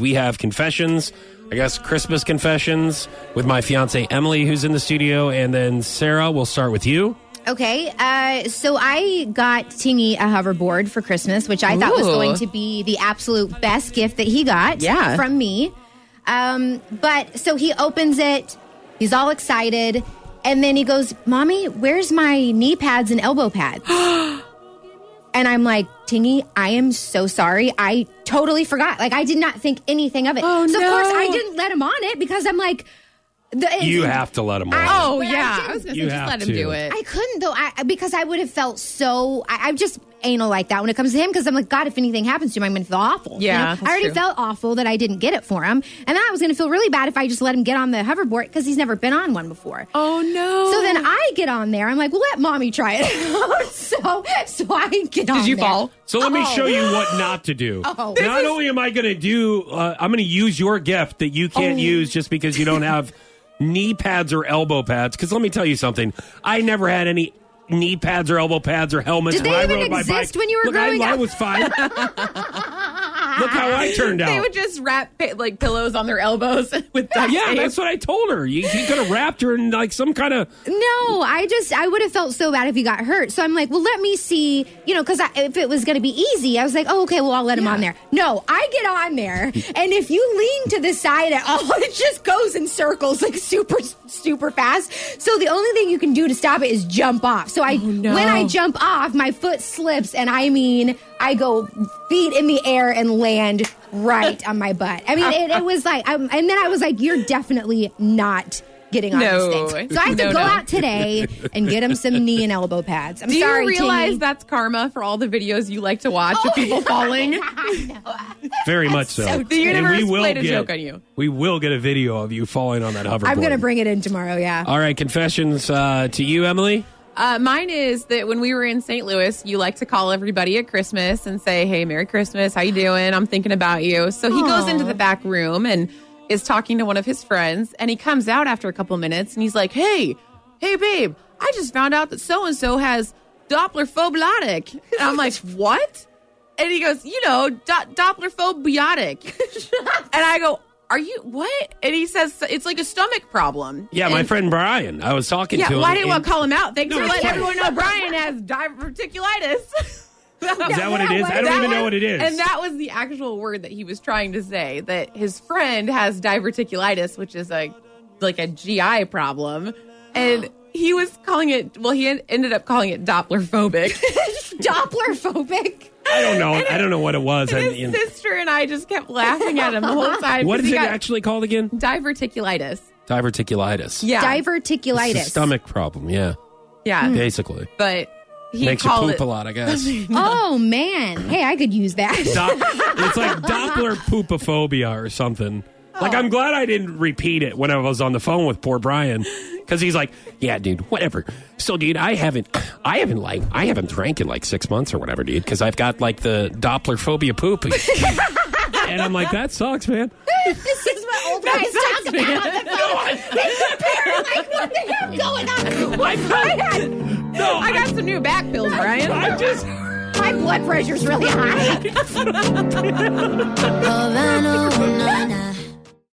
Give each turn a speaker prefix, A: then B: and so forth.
A: We have confessions, I guess Christmas confessions with my fiance Emily, who's in the studio, and then Sarah. We'll start with you.
B: Okay, uh, so I got Tingy a hoverboard for Christmas, which I thought was
C: Ooh.
B: going to be the absolute best gift that he got
C: Yeah.
B: from me. Um, but so he opens it, he's all excited, and then he goes, Mommy, where's my knee pads and elbow pads? and I'm like, Tingy, I am so sorry. I totally forgot. Like, I did not think anything of it.
C: Oh,
B: so, of course,
C: no.
B: I didn't let him on it because I'm like, the,
A: You have to let them on.
B: I-
C: Oh
B: But
C: yeah,
B: shouldn't.
C: I was gonna say
A: You
C: just
A: have
C: let him
A: to.
C: do it.
B: I couldn't though, I, because I would have felt so. I, I'm just anal like that when it comes to him, because I'm like, God, if anything happens to him, I'm going to feel awful. you
C: Yeah,
B: know?
C: that's
B: I already
C: true.
B: felt awful that I didn't get it for him, and then I was going to feel really bad if I just let him get on the hoverboard because he's never been on one before.
C: oh no.
B: So then I get on there. I'm like, well, let mommy try it. so so I get on.
C: did you
B: there.
C: fall?
A: So let me
B: Oh.
A: show you what not to do.
B: Oh.
A: Not only am I going to do, uh, I'm going to use your gift that you
B: Oh.
A: can't use just because you don't have knee pads or elbow pads. Because let me tell you something, I never had any knee pads or elbow pads or helmets
B: Did
A: when
B: they
A: I
B: even
A: rode my bike.
B: exist when you were
A: Look, I-
B: growing
A: I,
B: up?
A: was fine. Look how I turned out.
C: They would just wrap pi- like pillows on their elbows with duct
A: Yeah,
C: tape.
A: that's what I told her. You, you could have wrapped her in like some kind of.
B: No, I just I would have felt so bad if he got hurt. So I'm like, well, let me see, you know, because if it was going to be easy, I was like, oh, okay, well, I'll let him on there. No, I get on there, and if you lean to the side at all, it just goes in circles like super super fast. So the only thing you can do to stop it is jump off. So I
C: Oh, no.
B: when I jump off, my foot slips, and I mean, I go feet in the air and land right on my butt. I mean, it, it was like, I'm, and then I was like, you're definitely not. Getting on
C: No.
B: this thing. So I have to
C: No,
B: go
C: no.
B: out today and get him some knee and elbow pads. I'm
C: do you
B: sorry,
C: realize
B: Tingy.
C: that's karma for all the videos you like to watch of people falling?
A: Very much so.
C: so The universe
A: and we will
C: played a
A: get,
C: joke on you.
A: We will get a video of you falling on that hoverboard.
B: I'm going to bring it in tomorrow, yeah.
A: All right, confessions uh, to you, Emily.
C: Uh, mine is that when we were in St. Louis, you like to call everybody at Christmas and say, "Hey, Merry Christmas! How you doing? I'm thinking about you." So he goes into the back room and is talking to one of his friends, and he comes out after a couple minutes and he's like, "Hey, hey, babe! I just found out that so and so has Doppler phobiotic." And I'm like, "What?" And he goes, "You know, do- Doppler phobiotic." and I go, "Are you what?" And he says, "It's like a stomach problem."
A: Yeah, my
C: And-
A: friend Brian. I was talking
C: yeah,
A: to him.
C: why didn't
A: and-
C: want to call him out? Thanks
A: No,
C: for
A: it's
C: letting
A: fine.
C: everyone know Brian has diverticulitis.
A: Is that what it is? I don't
C: That
A: even know
C: was-
A: what it is.
C: And that was the actual word that he was trying to say that his friend has diverticulitis, which is a like a GI problem, and he was calling it. Well, he en- ended up calling it Doppler phobic.
B: Doppler phobic.
A: I don't know. I don't know what it was. I
C: his
A: mean,
C: sister and I just kept laughing at him the whole time.
A: what
C: 'cause
A: is
C: he
A: it
C: got
A: actually called again?
C: Diverticulitis.
A: Diverticulitis.
C: Yeah,
A: It's a
B: Diverticulitis.
A: stomach problem. Yeah,
C: Yeah,
A: basically
C: but he
A: Hmm. makes you
C: called
A: poop
C: it
A: a lot. I guess.
B: Oh, man. Hey, I could use that.
A: Dop- it's like Doppler poopophobia or something. Like, I'm glad I didn't repeat it when I was on the phone with poor Brian because he's like, "Yeah, dude, whatever." So, dude, I haven't, I haven't like, I haven't drank in like six months or whatever, dude, because I've got like the Doppler phobia poopy, and I'm like, that sucks, man.
B: this is what old guys talk about on the phone. They compare, like, what the hell going on?
A: I got, no,
C: Oh, I got some new back pills, Brian.
A: I'm just.
B: My blood pressure's really high.
D: Havana, oh, na, na.